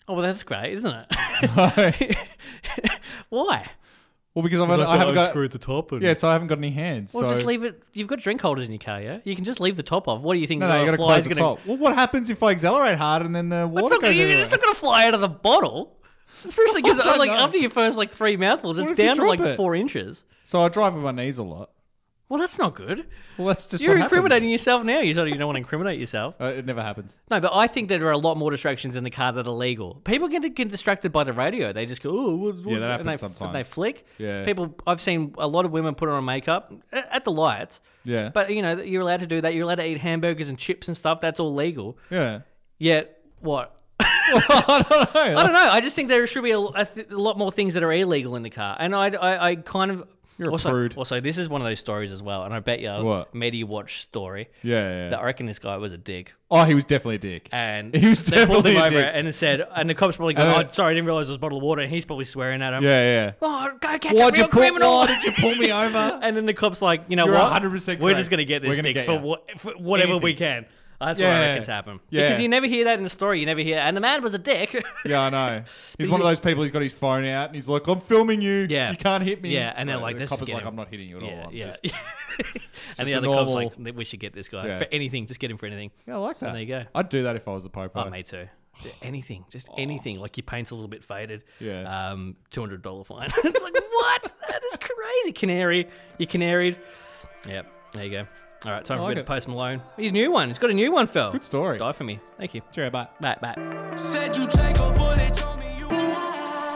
Speaker 1: Oh, well, that's great, isn't
Speaker 4: well,
Speaker 1: it? Why?
Speaker 4: because I've, I haven't got
Speaker 1: the top. And...
Speaker 4: yeah, so I haven't got any hands.
Speaker 1: Well,
Speaker 4: so
Speaker 1: just leave it. You've got drink holders in your car, yeah? You can just leave the top off. What do you think?
Speaker 4: no, no,
Speaker 1: the
Speaker 4: you got to
Speaker 1: fly's
Speaker 4: close the
Speaker 1: gonna-
Speaker 4: top. Well, what happens if I accelerate hard and then the
Speaker 1: It's
Speaker 4: water
Speaker 1: not, gonna,
Speaker 4: goes
Speaker 1: it's not
Speaker 4: everywhere?
Speaker 1: gonna fly out of the bottle. Especially because
Speaker 4: I don't
Speaker 1: like
Speaker 4: know.
Speaker 1: after your first like three mouthfuls,
Speaker 4: What
Speaker 1: it's
Speaker 4: if you
Speaker 1: down to
Speaker 4: drop
Speaker 1: like
Speaker 4: it?
Speaker 1: four inches.
Speaker 4: So I drive with my knees a lot.
Speaker 1: Well, that's not good.
Speaker 4: Well, that's just
Speaker 1: You're
Speaker 4: what happens.
Speaker 1: incriminating yourself now. You sort of- you don't want to incriminate yourself.
Speaker 4: Uh, it never happens.
Speaker 1: No, but I think that there are a lot more distractions in the car that are legal. People get get distracted by the radio. They just go, oh, what, what-"
Speaker 4: that happens
Speaker 1: and they,
Speaker 4: sometimes.
Speaker 1: And they flick.
Speaker 4: Yeah.
Speaker 1: People, I've seen a lot of women put on makeup a- at the lights.
Speaker 4: Yeah,
Speaker 1: But you know, you're allowed to do that. You're allowed to eat hamburgers and chips and stuff. That's all legal.
Speaker 4: yeah.
Speaker 1: Yet what?
Speaker 4: I don't know.
Speaker 1: I don't know. I just think there should be a, a th- a lot more things that are illegal in the car, and I, I, I kind of.
Speaker 4: You're a
Speaker 1: also,
Speaker 4: prude.
Speaker 1: Also, this is one of those stories as well, and I bet you
Speaker 4: What?
Speaker 1: Medi Watch story.
Speaker 4: Yeah,
Speaker 1: That
Speaker 4: yeah.
Speaker 1: I reckon this guy was a dick,
Speaker 4: Oh, he was definitely a dick.
Speaker 1: and
Speaker 4: He was
Speaker 1: they pulled him
Speaker 4: definitely a
Speaker 1: over
Speaker 4: dick.
Speaker 1: and said, and the cops probably go,
Speaker 4: And
Speaker 1: "Oh,
Speaker 4: then-
Speaker 1: sorry, I didn't realize it was a bottle of water," and he's probably swearing at him.
Speaker 4: Yeah, yeah.
Speaker 1: Oh, go catch a
Speaker 4: Why'd
Speaker 1: real
Speaker 4: you pull?
Speaker 1: criminal.
Speaker 4: Why did you pull me over?
Speaker 1: and then the cops like, you know
Speaker 4: You're
Speaker 1: what?
Speaker 4: 100%
Speaker 1: We're just
Speaker 4: correct.
Speaker 1: gonna get
Speaker 4: We're
Speaker 1: this
Speaker 4: gonna
Speaker 1: dick
Speaker 4: get
Speaker 1: for,
Speaker 4: ya.
Speaker 1: what, for whatever we can. That's what I
Speaker 4: Yeah.
Speaker 1: reckon's happened.
Speaker 4: Yeah. Oh,
Speaker 1: Because you never hear that in the story. You never hear, and the man was a dick.
Speaker 4: Yeah, I know. He's one of those people. He's got his phone out and he's like, "I'm filming you.
Speaker 1: Yeah.
Speaker 4: you can't hit me."
Speaker 1: Yeah, and
Speaker 4: So
Speaker 1: they're like,
Speaker 4: the
Speaker 1: "Let's
Speaker 4: cop
Speaker 1: just get
Speaker 4: is like,
Speaker 1: him."
Speaker 4: "I'm not hitting you at all." I'm
Speaker 1: yeah,
Speaker 4: just-
Speaker 1: yeah. and the
Speaker 4: just a
Speaker 1: other cop's
Speaker 4: normal-
Speaker 1: like, we should get this guy
Speaker 4: Yeah.
Speaker 1: for anything. Just get him for anything.
Speaker 4: yeah, I like that.
Speaker 1: there you go.
Speaker 4: I'd do that if I was the Pope.
Speaker 1: Oh, me too. Just Anything, just anything. Like your paint's a little bit faded.
Speaker 4: Oh. Yeah.
Speaker 1: Um, two hundred dollar fine. it's like what? That is crazy. Canary, you canaried. Yep. There you go. All right, time for a
Speaker 4: like
Speaker 1: bit of
Speaker 4: it.
Speaker 1: Post Malone. His new one. He's got a new one, Phil.
Speaker 4: Good story.
Speaker 1: Die for me. Thank you.
Speaker 4: Cheerio, bye.
Speaker 1: Bye. Bye.
Speaker 3: Said you take a bullet, told me you.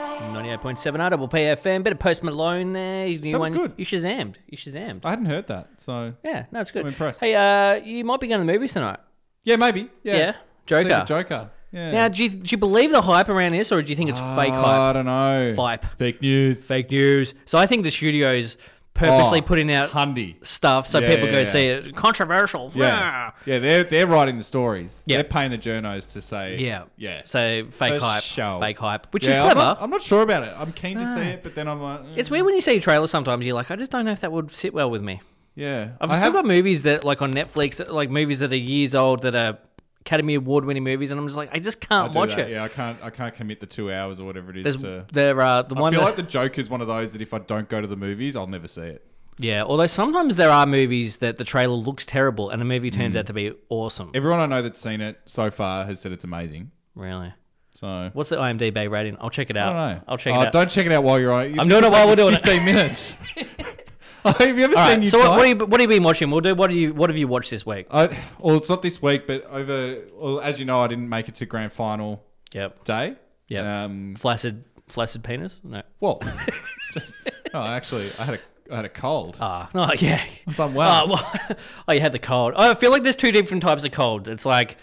Speaker 1: 98.7 Audible PFM. Bit of Post Malone there. His new
Speaker 4: That was
Speaker 1: one.
Speaker 4: good.
Speaker 1: You shazammed. You shazammed.
Speaker 4: I hadn't heard that, so
Speaker 1: yeah, no, it's good.
Speaker 4: I'm impressed.
Speaker 1: Hey, uh, you might be going to the movies tonight.
Speaker 4: yeah, maybe. Yeah,
Speaker 1: Yeah.
Speaker 4: See the
Speaker 1: Joker.
Speaker 4: Joker. Yeah. Oh,
Speaker 1: Now, do you, do you believe the hype around this, or do you think it's fake
Speaker 4: I
Speaker 1: hype?
Speaker 4: don't know.
Speaker 1: Hype.
Speaker 4: Fake news.
Speaker 1: Fake news. So I think the studio's purposely
Speaker 4: Oh,
Speaker 1: putting out
Speaker 4: Hundy.
Speaker 1: stuff so
Speaker 4: Yeah,
Speaker 1: people
Speaker 4: yeah,
Speaker 1: go
Speaker 4: yeah.
Speaker 1: see it. Controversial.
Speaker 4: Yeah.
Speaker 1: Yeah.
Speaker 4: Yeah, they're they're writing the stories.
Speaker 1: Yeah.
Speaker 4: They're paying the journos to say.
Speaker 1: Yeah.
Speaker 4: Yeah.
Speaker 1: So fake
Speaker 4: So
Speaker 1: hype.
Speaker 4: show.
Speaker 1: Fake hype. Which
Speaker 4: Yeah,
Speaker 1: is
Speaker 4: I'm
Speaker 1: clever.
Speaker 4: not, I'm not sure about it. I'm keen to see it, but then I'm like, eh.
Speaker 1: it's weird when you see trailers sometimes, you're like, I just don't know if that would sit well with me.
Speaker 4: yeah.
Speaker 1: I've
Speaker 4: I
Speaker 1: still
Speaker 4: have-
Speaker 1: got movies that like on Netflix, that- like movies that are years old that are Academy Award winning movies, and I'm just like, I just
Speaker 4: I
Speaker 1: can't
Speaker 4: do
Speaker 1: watch
Speaker 4: that.
Speaker 1: it.
Speaker 4: Yeah, I can't. I can't commit the two hours or whatever it is
Speaker 1: There's
Speaker 4: to.
Speaker 1: there are the
Speaker 4: I
Speaker 1: one
Speaker 4: feel
Speaker 1: that-
Speaker 4: like the Joker's one of those that if I don't go to the movies, I'll never see it.
Speaker 1: yeah. Although sometimes there are movies that the trailer looks terrible and the movie turns
Speaker 4: Mm.
Speaker 1: out to be awesome.
Speaker 4: Everyone I know that's seen it so far has said it's amazing.
Speaker 1: really.
Speaker 4: So
Speaker 1: What's the IMDb rating? I'll check it out.
Speaker 4: I don't know.
Speaker 1: will check
Speaker 4: Oh,
Speaker 1: it out.
Speaker 4: Don't check it out while you're on.
Speaker 1: I'm doing it while we're doing it.
Speaker 4: 15 minutes. Oh, have you ever
Speaker 1: All
Speaker 4: seen
Speaker 1: right, so
Speaker 4: you Oh,
Speaker 1: what,
Speaker 4: type?
Speaker 1: what, have you, what have you been watching? We'll do. What do you What have you watched this week?
Speaker 4: I, well, it's not this week, but over. Well, as you know, I didn't make it to grand final
Speaker 1: Yep.
Speaker 4: day.
Speaker 1: Yep.
Speaker 4: Um.
Speaker 1: Flaccid Flaccid penis. No.
Speaker 4: Well, just- no, actually, I had a I had a cold.
Speaker 1: Ah. oh yeah.
Speaker 4: I was unwell.
Speaker 1: Oh, well, oh, you had the cold. I feel like there's two different types of colds. It's like,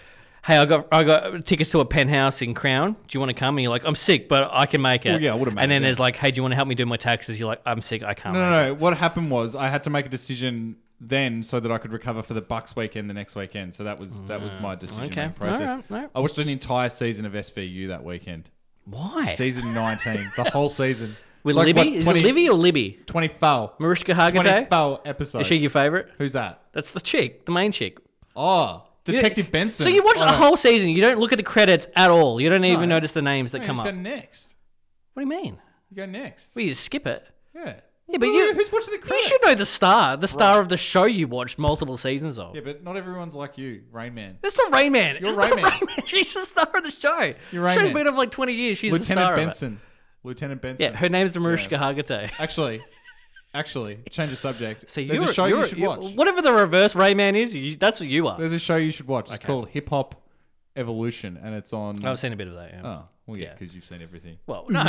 Speaker 1: hey, I got I got tickets to a penthouse in Crown. Do you want to come? And you're like, I'm sick, but I can make it.
Speaker 4: Well, yeah, I would've made
Speaker 1: And then
Speaker 4: it, yeah.
Speaker 1: there's like, hey, do you want to help me do my taxes? You're like, I'm sick, I can't.
Speaker 4: No,
Speaker 1: make
Speaker 4: no, no. What happened was I had to make a decision then so that I could recover for the Bucks weekend the next weekend. So that was that was my decision
Speaker 1: Mm, okay.
Speaker 4: making process.
Speaker 1: Alright, alright.
Speaker 4: I watched an entire season of SVU that weekend.
Speaker 1: It. Why?
Speaker 4: Season nineteen, the whole season.
Speaker 1: With
Speaker 4: It's like,
Speaker 1: Libby?
Speaker 4: what,
Speaker 1: Is it Libby or Libby?
Speaker 4: Twenty foul.
Speaker 1: Mariska
Speaker 4: Twenty
Speaker 1: Hargitay?
Speaker 4: foul episodes.
Speaker 1: Is she your favourite?
Speaker 4: Who's that?
Speaker 1: That's the chick, the main chick.
Speaker 4: Oh,
Speaker 1: You-
Speaker 4: Detective Benson.
Speaker 1: So you watch
Speaker 4: Oh,
Speaker 1: the
Speaker 4: no.
Speaker 1: whole season. You don't look at the credits at all. You don't even
Speaker 4: No.
Speaker 1: notice the names that
Speaker 4: No,
Speaker 1: come
Speaker 4: you
Speaker 1: up.
Speaker 4: just Go next.
Speaker 1: What do you mean?
Speaker 4: You go next.
Speaker 1: We just skip it.
Speaker 4: yeah.
Speaker 1: Yeah, but
Speaker 4: Who-
Speaker 1: you-
Speaker 4: who's watching the
Speaker 1: You
Speaker 4: credits?
Speaker 1: should know the star, the star of the show you watched multiple seasons of.
Speaker 4: Yeah, but not everyone's like you, Rain Man.
Speaker 1: That's not Rain Man.
Speaker 4: You're
Speaker 1: it's
Speaker 4: Rain
Speaker 1: not
Speaker 4: Man.
Speaker 1: Rain Man. She's the star of the show.
Speaker 4: You're Rain
Speaker 1: Show's
Speaker 4: Man.
Speaker 1: been on for like 20 years. She's the
Speaker 4: Lieutenant
Speaker 1: star
Speaker 4: Benson. Lieutenant Benson.
Speaker 1: of it. Yeah, her name's Mariska Hargitay.
Speaker 4: Actually, actually, change the subject.
Speaker 1: So
Speaker 4: There's
Speaker 1: you're,
Speaker 4: a show
Speaker 1: you're,
Speaker 4: you should
Speaker 1: you're-
Speaker 4: watch.
Speaker 1: Whatever the reverse Rain Man is, you, that's what you are.
Speaker 4: There's a show you should watch. It's called Hip Hop Evolution, and it's on.
Speaker 1: I've seen a bit of that. Yeah.
Speaker 4: Oh, Well, yeah,
Speaker 1: Yeah.
Speaker 4: because you've seen everything.
Speaker 1: Well, no.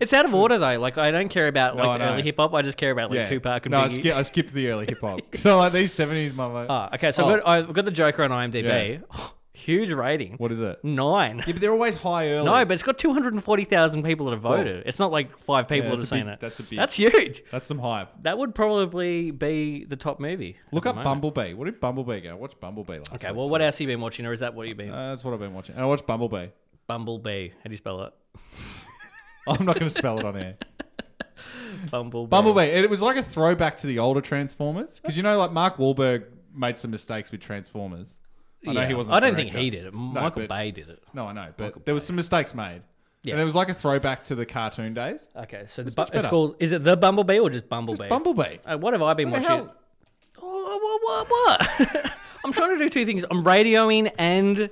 Speaker 1: it's out of order though. Like I don't care about
Speaker 4: No,
Speaker 1: like
Speaker 4: I
Speaker 1: the
Speaker 4: know.
Speaker 1: early hip hop. I just care about like
Speaker 4: yeah.
Speaker 1: Tupac and
Speaker 4: no, I,
Speaker 1: Biggie.
Speaker 4: skip, I skipped the early hip hop. so like these seventies, mama.
Speaker 1: Ah, okay. So
Speaker 4: Oh.
Speaker 1: I've, got, I've got the Joker on IMDb. Oh, Huge rating.
Speaker 4: What is it?
Speaker 1: Nine.
Speaker 4: Yeah, but they're always high early.
Speaker 1: No, but it's got 240,000 people that have voted. it's not like five people that
Speaker 4: Yeah,
Speaker 1: have
Speaker 4: that's a
Speaker 1: seen
Speaker 4: big-
Speaker 1: it.
Speaker 4: that's a big-
Speaker 1: That's huge.
Speaker 4: that's some hype.
Speaker 1: That would probably be the top movie. at
Speaker 4: Look
Speaker 1: the
Speaker 4: up
Speaker 1: moment.
Speaker 4: Bumblebee. What did Bumblebee go? Watch Bumblebee last.
Speaker 1: Okay,
Speaker 4: week,
Speaker 1: well,
Speaker 4: so-
Speaker 1: what else have you been watching, or is that what you've been?
Speaker 4: Uh, that's what I've been watching. And I watched Bumblebee.
Speaker 1: Bumblebee. How do you spell it?
Speaker 4: I'm not going to spell it on air.
Speaker 1: Bumblebee.
Speaker 4: Bumblebee. It was like a throwback to the older Transformers because you know, like Mark Wahlberg made some mistakes with Transformers. I know
Speaker 1: Yeah.
Speaker 4: he wasn't.
Speaker 1: I
Speaker 4: the
Speaker 1: don't think
Speaker 4: director.
Speaker 1: he did it.
Speaker 4: No,
Speaker 1: Michael
Speaker 4: but-
Speaker 1: Bay did it.
Speaker 4: No, I know, but there was some mistakes made.
Speaker 1: Yeah.
Speaker 4: And it was like a throwback to the cartoon days.
Speaker 1: Okay, so the
Speaker 4: much
Speaker 1: bu- it's
Speaker 4: better.
Speaker 1: called. Is it the Bumblebee or just Bumblebee?
Speaker 4: Just Bumblebee.
Speaker 1: Uh, what have I been
Speaker 4: What the
Speaker 1: watching?
Speaker 4: hell?
Speaker 1: Oh, what? What? what? I'm trying to do two things. I'm radioing and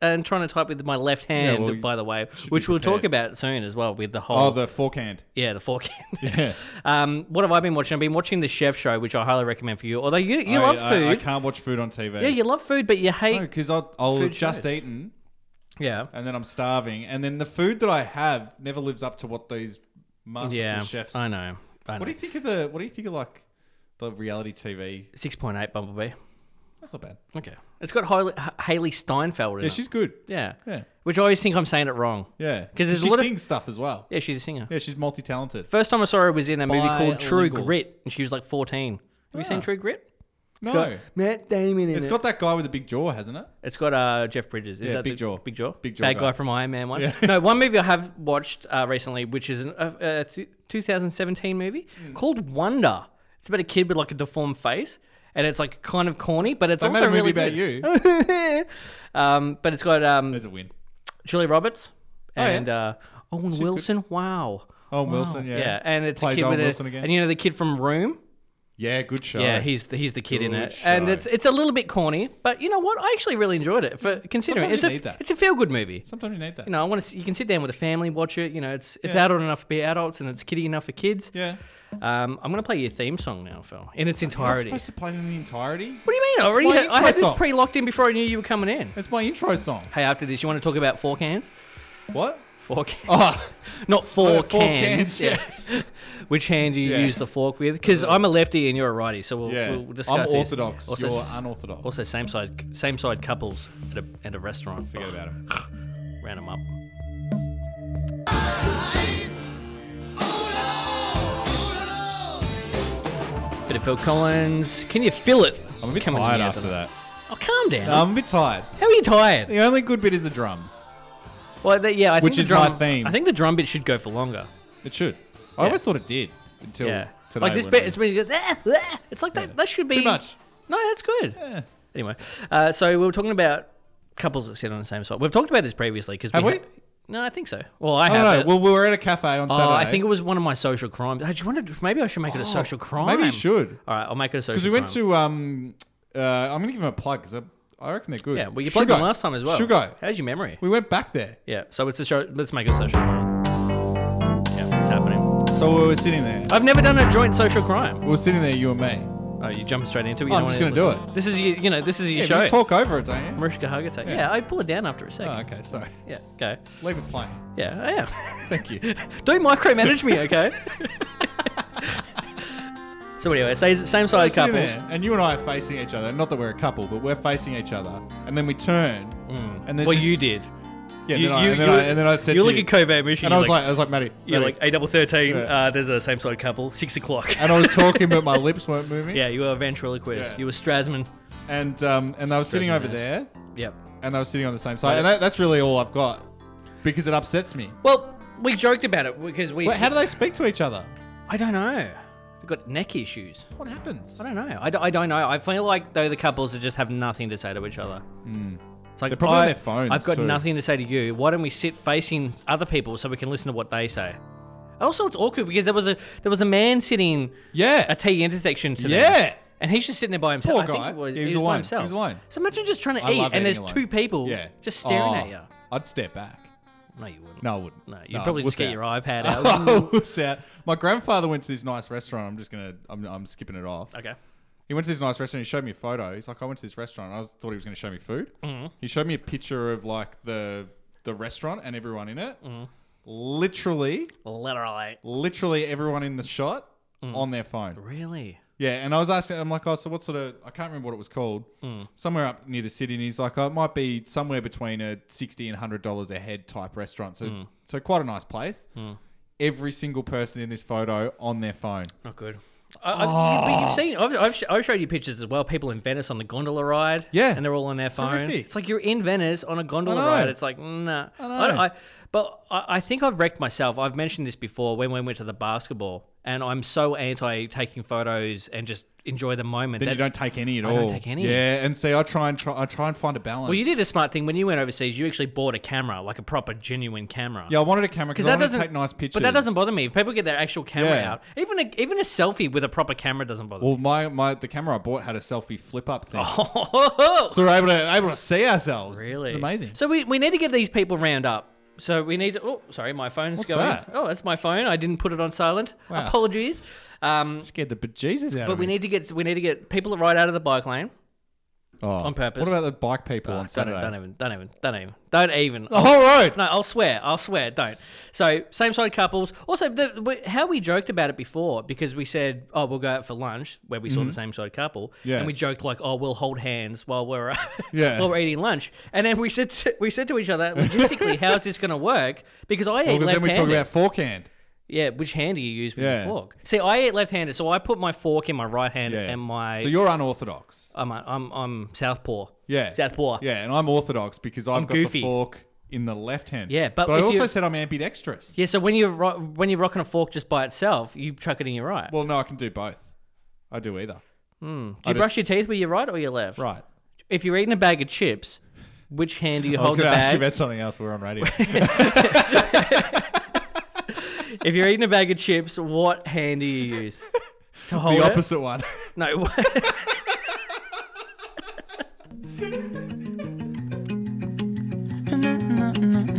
Speaker 1: and trying to type with my left hand.
Speaker 4: well, you
Speaker 1: by the way, which we'll talk about soon as well with the whole.
Speaker 4: Oh, the fork hand.
Speaker 1: yeah, the fork. hand.
Speaker 4: Yeah.
Speaker 1: um, what have I been watching? I've been watching the Chef Show, which I highly recommend for you. Although you you
Speaker 4: I,
Speaker 1: love
Speaker 4: I-
Speaker 1: food,
Speaker 4: I, can't watch food on TV.
Speaker 1: yeah, you love food, but you hate.
Speaker 4: because I'll, I'll have
Speaker 1: Food
Speaker 4: just
Speaker 1: shows.
Speaker 4: eaten
Speaker 1: yeah,
Speaker 4: and then I'm starving, and then the food that I have never lives up to what these masterful
Speaker 1: yeah.
Speaker 4: chefs.
Speaker 1: I know. I know.
Speaker 4: What do you think of the? What do you think of like the reality TV?
Speaker 1: Six point eight Bumblebee.
Speaker 4: That's not bad.
Speaker 1: Okay, it's got Hailey, Hailey Steinfeld in
Speaker 4: Yeah,
Speaker 1: it.
Speaker 4: she's good.
Speaker 1: yeah,
Speaker 4: Yeah.
Speaker 1: Which I always think I'm saying it wrong.
Speaker 4: Yeah,
Speaker 1: 'Cause there's a
Speaker 4: she
Speaker 1: lot of-
Speaker 4: sings stuff as well.
Speaker 1: Yeah, she's a singer.
Speaker 4: Yeah, she's multi-talented.
Speaker 1: First time I saw her was in a movie called True
Speaker 4: Bilingual. Ah.
Speaker 1: Grit, and she was like 14. Have you seen True Grit?
Speaker 4: No,
Speaker 5: Matt Damon in
Speaker 4: it's
Speaker 5: it.
Speaker 4: got that guy with the big jaw, hasn't it?
Speaker 1: It's got uh, Jeff Bridges. Is
Speaker 4: Yeah,
Speaker 1: that
Speaker 4: Big
Speaker 1: the-
Speaker 4: Jaw.
Speaker 1: Big Jaw.
Speaker 4: Big Jaw
Speaker 1: Bad guy
Speaker 4: guy.
Speaker 1: from Iron Man 1.
Speaker 4: Yeah.
Speaker 1: no, one movie I have watched uh, recently, which is an, a, a th- 2017 movie
Speaker 4: Hmm.
Speaker 1: called Wonder. It's about a kid with like a deformed face, and it's like kind of corny, but it's
Speaker 4: They
Speaker 1: also
Speaker 4: made a movie
Speaker 1: really
Speaker 4: about
Speaker 1: good.
Speaker 4: you.
Speaker 1: Um, but it's got um,
Speaker 4: There's a win.
Speaker 1: Julie Roberts
Speaker 4: Oh, yeah.
Speaker 1: and uh, Owen Wilson. Wow. Oh,
Speaker 4: Owen Wilson, yeah.
Speaker 1: Yeah, and it's
Speaker 4: Plays
Speaker 1: a kid
Speaker 4: Owen
Speaker 1: with
Speaker 4: Wilson
Speaker 1: a,
Speaker 4: again.
Speaker 1: and you know the kid from Room.
Speaker 4: Yeah, good show.
Speaker 1: Yeah, he's the, he's the kid in
Speaker 4: Good
Speaker 1: it, and
Speaker 4: show.
Speaker 1: it's it's a little bit corny, but you know what? I actually really enjoyed it for considering
Speaker 4: Sometimes
Speaker 1: it's
Speaker 4: you
Speaker 1: a
Speaker 4: need that.
Speaker 1: it's a feel good movie.
Speaker 4: Sometimes you need that.
Speaker 1: You know, I want to you can sit down with a family, watch it. You know, it's it's
Speaker 4: Yeah.
Speaker 1: adult enough to be adults, and it's kiddie enough for kids.
Speaker 4: yeah.
Speaker 1: Um, I'm gonna play your theme song now, Phil, in its
Speaker 4: I'm
Speaker 1: entirety.
Speaker 4: supposed to play it in the entirety.
Speaker 1: What do you mean? I
Speaker 4: It's
Speaker 1: already
Speaker 4: my
Speaker 1: had, I
Speaker 4: intro
Speaker 1: had this
Speaker 4: song.
Speaker 1: pre locked in before I knew you were coming in.
Speaker 4: It's my intro song.
Speaker 1: Hey, after this, you want to talk about fork hands?
Speaker 4: What?
Speaker 1: Fork hands.
Speaker 4: Oh,
Speaker 1: Not four,
Speaker 4: four
Speaker 1: cans.
Speaker 4: cans,
Speaker 1: yeah. Which hand do you
Speaker 4: Yeah.
Speaker 1: use the fork with? Because I'm a lefty and you're a righty, so we'll,
Speaker 4: yeah.
Speaker 1: we'll discuss.
Speaker 4: I'm
Speaker 1: these.
Speaker 4: orthodox.
Speaker 1: Also,
Speaker 4: You're unorthodox.
Speaker 1: also same side same side couples at a, at a restaurant.
Speaker 4: Forget about him.
Speaker 1: it. Round them up. Bit of Phil Collins. Can you feel it?
Speaker 4: I'm a bit
Speaker 1: Coming in
Speaker 4: tired
Speaker 1: the
Speaker 4: after
Speaker 1: afternoon.
Speaker 4: that. Um,
Speaker 1: Oh, calm down.
Speaker 4: I'm a bit tired.
Speaker 1: How are you tired?
Speaker 4: The only good bit is the drums.
Speaker 1: Well, th- yeah, I think
Speaker 4: Which
Speaker 1: the
Speaker 4: is my
Speaker 1: drum,
Speaker 4: theme.
Speaker 1: I think the drum bit should go for longer.
Speaker 4: It should. I always thought it did until
Speaker 1: Yeah.
Speaker 4: today.
Speaker 1: Like this
Speaker 4: when
Speaker 1: bit,
Speaker 4: I-
Speaker 1: it's really goes, "Ah, ah." it's like that. That should be
Speaker 4: Too much.
Speaker 1: No, that's good.
Speaker 4: Yeah.
Speaker 1: Anyway, uh, so we were talking about couples that sit on the same side. We've talked about this previously because
Speaker 4: Have we?
Speaker 1: no, I think so. Well, I
Speaker 4: I
Speaker 1: have.
Speaker 4: don't know.
Speaker 1: it.
Speaker 4: Well, we were at a cafe on
Speaker 1: Oh,
Speaker 4: Saturday.
Speaker 1: I think it was one of my social crimes. I just wondered. Maybe I should make it a social crime.
Speaker 4: Oh, maybe you should.
Speaker 1: All right, I'll make it a social.
Speaker 4: Because we went
Speaker 1: crime.
Speaker 4: to um, uh, I'm gonna give them a plug because I, I reckon they're good.
Speaker 1: yeah. Well, you played
Speaker 4: Sugar.
Speaker 1: them last time as well.
Speaker 4: Sugar.
Speaker 1: How's your memory?
Speaker 4: We went back there,
Speaker 1: Yeah. So it's a show. Let's make it a social crime. Yeah, it's happening.
Speaker 4: so we were sitting there.
Speaker 1: I've never done a joint social crime.
Speaker 4: We were sitting there, you and me.
Speaker 1: Oh, you jump straight into it. You
Speaker 4: I'm
Speaker 1: don't
Speaker 4: just
Speaker 1: wanna
Speaker 4: gonna do
Speaker 1: listen. This is your, you know, this is your
Speaker 4: Yeah,
Speaker 1: show.
Speaker 4: but you talk over it, don't you?
Speaker 1: Mariska Hargitay. Yeah. I pull it down after a second.
Speaker 4: Oh, okay, sorry.
Speaker 1: Yeah, go.
Speaker 4: Leave it playing.
Speaker 1: Yeah, I am.
Speaker 4: Thank you.
Speaker 1: Don't micromanage me, okay? so anyway, same, same
Speaker 4: We're
Speaker 1: side
Speaker 4: sitting
Speaker 1: couples.
Speaker 4: there, and you and I are facing each other. Not that we're a couple, but we're facing each other. And then we turn, and there's
Speaker 1: Mm. Well,
Speaker 4: this-
Speaker 1: you did.
Speaker 4: yeah,
Speaker 1: you,
Speaker 4: and, then I,
Speaker 1: you-
Speaker 4: and, then
Speaker 1: you-
Speaker 4: I, and then I said,
Speaker 1: you
Speaker 4: to
Speaker 1: look
Speaker 4: you,
Speaker 1: at Kovac Mission.
Speaker 4: and I was like, I was like, Matty,
Speaker 1: you're
Speaker 4: Matty."
Speaker 1: like a double thirteen.
Speaker 4: Yeah.
Speaker 1: Uh, there's a same side couple, six o'clock.
Speaker 4: and I was talking, but my lips weren't moving.
Speaker 1: yeah, you were a ventriloquist.
Speaker 4: Yeah.
Speaker 1: You were Strasman.
Speaker 4: And um, and they were sitting over
Speaker 1: Stressing
Speaker 4: there,
Speaker 1: Yep.
Speaker 4: and they were sitting on the same side, and that, that's really all I've got, because it upsets me.
Speaker 1: Well, we joked about it because we.
Speaker 4: Wait, how do they speak to each other?
Speaker 1: I don't know. They've got neck issues.
Speaker 4: What happens?
Speaker 1: I don't know. I, d- I don't know. I feel like though the couples that just have nothing to say to each other. It's like,
Speaker 4: Hmm. They're probably on
Speaker 1: I-
Speaker 4: their phones,
Speaker 1: I've got
Speaker 4: too.
Speaker 1: nothing to say to you. Why don't we sit facing other people so we can listen to what they say? Also, it's awkward because there was a there was a man sitting
Speaker 4: Yeah.
Speaker 1: at T intersection today.
Speaker 4: Yeah.
Speaker 1: And he's just sitting there by himself.
Speaker 4: Poor
Speaker 1: I think
Speaker 4: guy.
Speaker 1: it was,
Speaker 4: He was
Speaker 1: by
Speaker 4: alone. He
Speaker 1: himself.
Speaker 4: was alone.
Speaker 1: So imagine just trying to
Speaker 4: I
Speaker 1: eat
Speaker 4: love
Speaker 1: and there's
Speaker 4: eating alone.
Speaker 1: two people
Speaker 4: yeah.
Speaker 1: just staring
Speaker 4: Oh,
Speaker 1: at you.
Speaker 4: I'd step back.
Speaker 1: No, you wouldn't.
Speaker 4: No, I wouldn't.
Speaker 1: No, you'd probably just
Speaker 4: wuss
Speaker 1: get
Speaker 4: out.
Speaker 1: your iPad out.
Speaker 4: Oh, wuss out. My grandfather went to this nice restaurant. I'm just gonna. I'm, I'm skipping it off.
Speaker 1: okay.
Speaker 4: He went to this nice restaurant. He showed me a
Speaker 1: Mm-hmm.
Speaker 4: photo. He's like, I went to this restaurant. I was, thought he was gonna show me food. He showed me a picture of like the the restaurant and everyone in it.
Speaker 1: Mm-hmm.
Speaker 4: Literally,
Speaker 1: Literally.
Speaker 4: literally everyone in the shot
Speaker 1: Mm.
Speaker 4: on their phone.
Speaker 1: Really?
Speaker 4: Yeah, and I was asking, I'm like, oh, so what sort of, I can't remember what it was called,
Speaker 1: Mm.
Speaker 4: somewhere up near the city. And he's like, oh, it might be somewhere between a 60 and $100 a head type restaurant. So,
Speaker 1: Mm.
Speaker 4: so quite a nice place. Every single person in this photo on their phone.
Speaker 1: Not good. I, I, you, but
Speaker 4: Ah.
Speaker 1: you've seen. I've, I've, sh- I've showed you pictures as well. People in Venice on the gondola ride.
Speaker 4: Yeah.
Speaker 1: and they're all on their phone.
Speaker 4: Terrific.
Speaker 1: It's like you're in Venice on a gondola
Speaker 4: I know.
Speaker 1: ride. It's like nah. I
Speaker 4: know.
Speaker 1: don't- I, but I, I think I've wrecked myself. I've mentioned this before when we went to the basketball, and I'm so anti taking photos and just enjoy the moment.
Speaker 4: Then
Speaker 1: That-
Speaker 4: you don't take any at all.
Speaker 1: I don't take any.
Speaker 4: Yeah, and see, I try and try, I try and find a balance.
Speaker 1: Well, you did a smart thing when you went overseas. You actually bought a camera, like a proper, genuine camera.
Speaker 4: Yeah, I wanted a camera because I wanted to take nice pictures.
Speaker 1: But that doesn't bother me. If people get their actual camera
Speaker 4: Yeah.
Speaker 1: out, even a, even a selfie with a proper camera doesn't bother me.
Speaker 4: Well, my, my the camera I bought had a selfie flip up thing, so we're able to able to see ourselves.
Speaker 1: Oh. Really?
Speaker 4: it's amazing.
Speaker 1: So we, we need to get these people round up. So we need to. Oh, sorry, my phone's
Speaker 4: What's
Speaker 1: going.
Speaker 4: that?
Speaker 1: Oh, that's my phone. I didn't put it on silent.
Speaker 4: Wow.
Speaker 1: Apologies. Um,
Speaker 4: scared the bejesus out of
Speaker 1: but we
Speaker 4: me.
Speaker 1: need to get we need to get people right out of the bike lane
Speaker 4: oh. on
Speaker 1: purpose. Ah,
Speaker 4: What about the bike people on
Speaker 1: don't,
Speaker 4: Saturday?
Speaker 1: don't even don't even don't even don't even
Speaker 4: The whole road.
Speaker 1: No, I'll swear. I'll swear. Don't. So, same side couples. Also, the, we- how we joked about it before because we said, "Oh, we'll go out for lunch," where we saw the same side couple,
Speaker 4: Mm-hmm. Yeah.
Speaker 1: and we joked like, "Oh, we'll hold hands while we're uh,
Speaker 4: Yeah.
Speaker 1: while we're eating lunch." And then we said to, we said to each other, "Logistically, how is this going to work?" Because I
Speaker 4: Well,
Speaker 1: ate
Speaker 4: 'cause then we
Speaker 1: left-handed.
Speaker 4: talk about forehand.
Speaker 1: yeah, which hand do you use with
Speaker 4: Yeah.
Speaker 1: your fork? See, I ate left-handed, so I put my fork in my right hand
Speaker 4: Yeah.
Speaker 1: and my
Speaker 4: so you're unorthodox.
Speaker 1: I'm a, I'm I'm southpaw.
Speaker 4: Yeah.
Speaker 1: southpaw.
Speaker 4: Yeah, and I'm orthodox because I've got
Speaker 1: goofy.
Speaker 4: the fork in the left hand.
Speaker 1: Yeah, but
Speaker 4: I
Speaker 1: if
Speaker 4: also
Speaker 1: you-
Speaker 4: said I'm ambidextrous.
Speaker 1: Yeah, so when you're ro- when you're rocking a fork just by itself, you chuck it in your right.
Speaker 4: Well, no, I can do both. I do either.
Speaker 1: Do you
Speaker 4: I
Speaker 1: brush
Speaker 4: just-
Speaker 1: your teeth with your right or your left?
Speaker 4: Right.
Speaker 1: If you're eating a bag of chips, which hand do you
Speaker 4: I was
Speaker 1: hold the
Speaker 4: going to ask you
Speaker 1: bag?
Speaker 4: about something else. We're on radio.
Speaker 1: if you're eating a bag of chips, what hand do you use to hold
Speaker 4: the
Speaker 1: it?
Speaker 4: opposite one.
Speaker 1: No. what-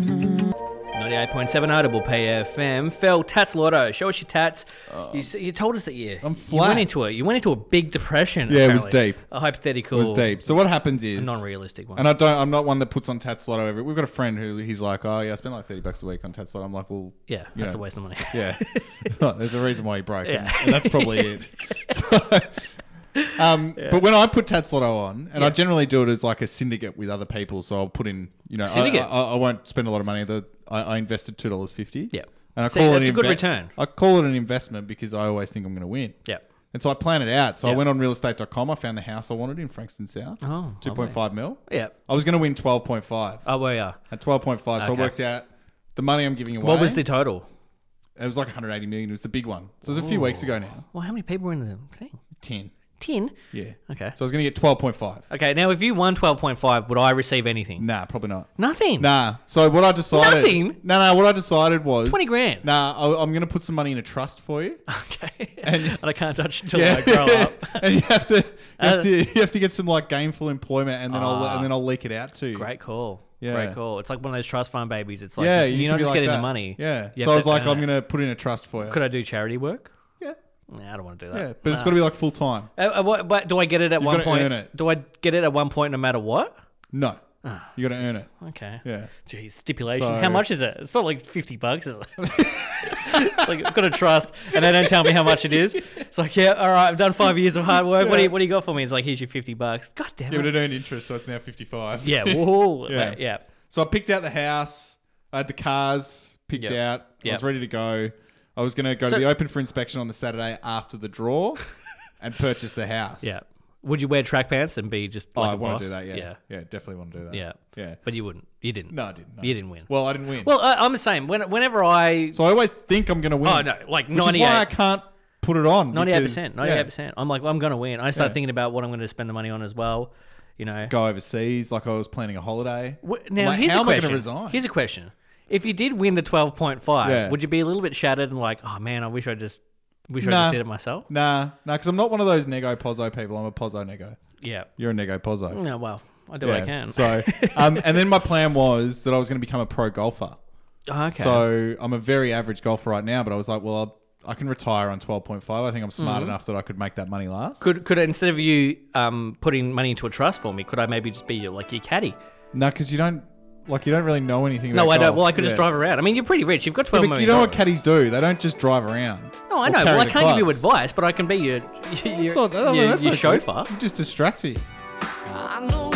Speaker 1: Ninety-eight point seven Audible Pay FM. Phil Tats Lotto, show us your tats. you, s- you told us that you
Speaker 4: Oh. I'm
Speaker 1: you
Speaker 4: flat.
Speaker 1: went into it. You went into a big depression.
Speaker 4: Yeah, it was
Speaker 1: apparently.
Speaker 4: deep.
Speaker 1: A hypothetical,
Speaker 4: It was deep. So what happens is
Speaker 1: non-realistic one.
Speaker 4: And I don't. I'm not one that puts on Tats Lotto every. We've got a friend who he's like, oh yeah, I spend like thirty bucks a week on Tats Lotto. I'm like, well,
Speaker 1: yeah,
Speaker 4: you
Speaker 1: that's
Speaker 4: know,
Speaker 1: a waste of money.
Speaker 4: Yeah, there's a reason why he broke, and-
Speaker 1: Yeah.
Speaker 4: and, that's probably it. So, um, But when I put Tats Lotto on, and I generally do it as like a syndicate with other people, so I'll put in, you know, I-
Speaker 1: Syndicate.
Speaker 4: I, I, I won't spend a lot of money. The I, I invested two dollars fifty.
Speaker 1: Yeah.
Speaker 4: and I
Speaker 1: See,
Speaker 4: call it
Speaker 1: that's
Speaker 4: an
Speaker 1: a good
Speaker 4: inve-
Speaker 1: return.
Speaker 4: I call it an investment because I always think I'm going to win.
Speaker 1: Yeah.
Speaker 4: And so I plan it out. So
Speaker 1: Yeah. Oh,
Speaker 4: I went on realestate.com. I found the house I wanted in Frankston South.
Speaker 1: lovely.
Speaker 4: 2.5 mil.
Speaker 1: Yeah.
Speaker 4: I was going to win 12.5.
Speaker 1: Oh, well, yeah.
Speaker 4: At 12.5, so I
Speaker 1: Okay.
Speaker 4: worked out the money I'm giving away.
Speaker 1: What was the total?
Speaker 4: It was like 180 million. It was the big one. So it was a few weeks ago now.
Speaker 1: Well, how many people were in the thing?
Speaker 4: 10.
Speaker 1: Ten.
Speaker 4: Yeah.
Speaker 1: Okay.
Speaker 4: So I was going to get 12.5.
Speaker 1: Okay, now if you won twelve point five, would I receive anything?
Speaker 4: Nah, probably not.
Speaker 1: Nothing.
Speaker 4: Nah. So what I decided.
Speaker 1: Nothing?
Speaker 4: No, no. What I decided was.
Speaker 1: 20 grand.
Speaker 4: Nah, I, I'm going to put some money in a trust for you.
Speaker 1: Okay. And,
Speaker 4: And-
Speaker 1: I can't touch until I grow up.
Speaker 4: and you have to. You
Speaker 1: Uh, Ah.
Speaker 4: have, to, you have to get some like gainful employment, and then I'll and then I'll leak it out to you.
Speaker 1: Great call.
Speaker 4: Yeah.
Speaker 1: Great call. It's like one of those trust fund babies. It's like
Speaker 4: yeah,
Speaker 1: you're
Speaker 4: you
Speaker 1: not
Speaker 4: could be
Speaker 1: just
Speaker 4: like
Speaker 1: getting
Speaker 4: that.
Speaker 1: the money.
Speaker 4: Yeah.
Speaker 1: You
Speaker 4: So I
Speaker 1: have
Speaker 4: was
Speaker 1: to
Speaker 4: like,
Speaker 1: earn
Speaker 4: I'm
Speaker 1: it.
Speaker 4: gonna put in a trust for you.
Speaker 1: Could I do charity work?
Speaker 4: yeah.
Speaker 1: Nah, I don't want to do that.
Speaker 4: Yeah, but it's got to be like full time.
Speaker 1: Uh, uh, what, but do I get it at one
Speaker 4: gotta
Speaker 1: point?
Speaker 4: earn it.
Speaker 1: Do I get it at one point no matter what?
Speaker 4: No,
Speaker 1: Ah.
Speaker 4: you got to earn it.
Speaker 1: Okay.
Speaker 4: Yeah.
Speaker 1: Gee, stipulation. How
Speaker 4: So-
Speaker 1: much is it? It's not like fifty bucks, is it? It's like I've got to trust, and they don't tell me how much it is. It's like, yeah, all right, I've done five years of hard work. What do you What do you got for me? It's like, here's your fifty bucks. God damn
Speaker 4: Yeah, but
Speaker 1: it.
Speaker 4: it earned interest, so it's now 55.
Speaker 1: Yeah. Whoa.
Speaker 4: Yeah.
Speaker 1: yeah. yeah.
Speaker 4: So I picked out the house. I had the cars picked
Speaker 1: Yep.
Speaker 4: out. I
Speaker 1: Yep.
Speaker 4: was ready to go. I was going to go
Speaker 1: So-
Speaker 4: to the open for inspection on the Saturday after the draw and purchase the house.
Speaker 1: Yeah. Would you wear track pants and be just?
Speaker 4: Oh,
Speaker 1: Like
Speaker 4: I
Speaker 1: a
Speaker 4: want
Speaker 1: boss?
Speaker 4: to do that. Yeah.
Speaker 1: Yeah.
Speaker 4: yeah. definitely want to do that.
Speaker 1: Yeah.
Speaker 4: Yeah.
Speaker 1: But you wouldn't. You didn't.
Speaker 4: No, I didn't. no.
Speaker 1: You didn't win.
Speaker 4: Well, I didn't win.
Speaker 1: Well, I, I'm the same. When, whenever I.
Speaker 4: so I always think I'm going to win.
Speaker 1: oh no, like
Speaker 4: Which is why I
Speaker 1: 98.
Speaker 4: can't put it on.
Speaker 1: 98
Speaker 4: because-
Speaker 1: percent,
Speaker 4: yeah,
Speaker 1: 98 percent. I'm like, well, I'm gonna win. I start
Speaker 4: Yeah.
Speaker 1: thinking about what I'm gonna spend the money on as well. You know,
Speaker 4: Go overseas like I was planning a holiday.
Speaker 1: Wh-
Speaker 4: I'm
Speaker 1: Now
Speaker 4: like,
Speaker 1: here's
Speaker 4: how
Speaker 1: a
Speaker 4: am I
Speaker 1: question.
Speaker 4: going to resign?
Speaker 1: Here's a question: If you did win the twelve point five,
Speaker 4: Yeah.
Speaker 1: would you be a little bit shattered and like, oh man, I wish I just wish I
Speaker 4: Nah.
Speaker 1: just did it myself?
Speaker 4: Nah, nah, because I'm not one of those nego pozo people. I'm a pozo nego.
Speaker 1: Yeah.
Speaker 4: You're a nego pozo.
Speaker 1: No, well, I do what I can.
Speaker 4: So, um, and then my plan was that I was going to become a pro golfer.
Speaker 1: Oh, okay.
Speaker 4: So I'm a very average golfer right now, but I was like, well, I'll, I can retire on 12.5. I think I'm smart
Speaker 1: Mm-hmm.
Speaker 4: enough that I could make that money last.
Speaker 1: could could instead of you um, putting money into a trust for me, could I maybe just be your, like your caddy?
Speaker 4: No, because you don't. Like you don't really know anything. About
Speaker 1: No, I don't.
Speaker 4: golf.
Speaker 1: Well, I could just
Speaker 4: Yeah.
Speaker 1: drive around. I mean, you're pretty rich. You've got twelve
Speaker 4: But
Speaker 1: million.
Speaker 4: you know what caddies do? They don't just drive around.
Speaker 1: No, I
Speaker 4: or
Speaker 1: know.
Speaker 4: carry
Speaker 1: Well, I
Speaker 4: the
Speaker 1: can't give you
Speaker 4: clubs.
Speaker 1: advice, but I can be your your,
Speaker 4: That's not, I don't know,
Speaker 1: your,
Speaker 4: that's
Speaker 1: your
Speaker 4: not good.
Speaker 1: chauffeur.
Speaker 4: It just distracts you.
Speaker 6: I know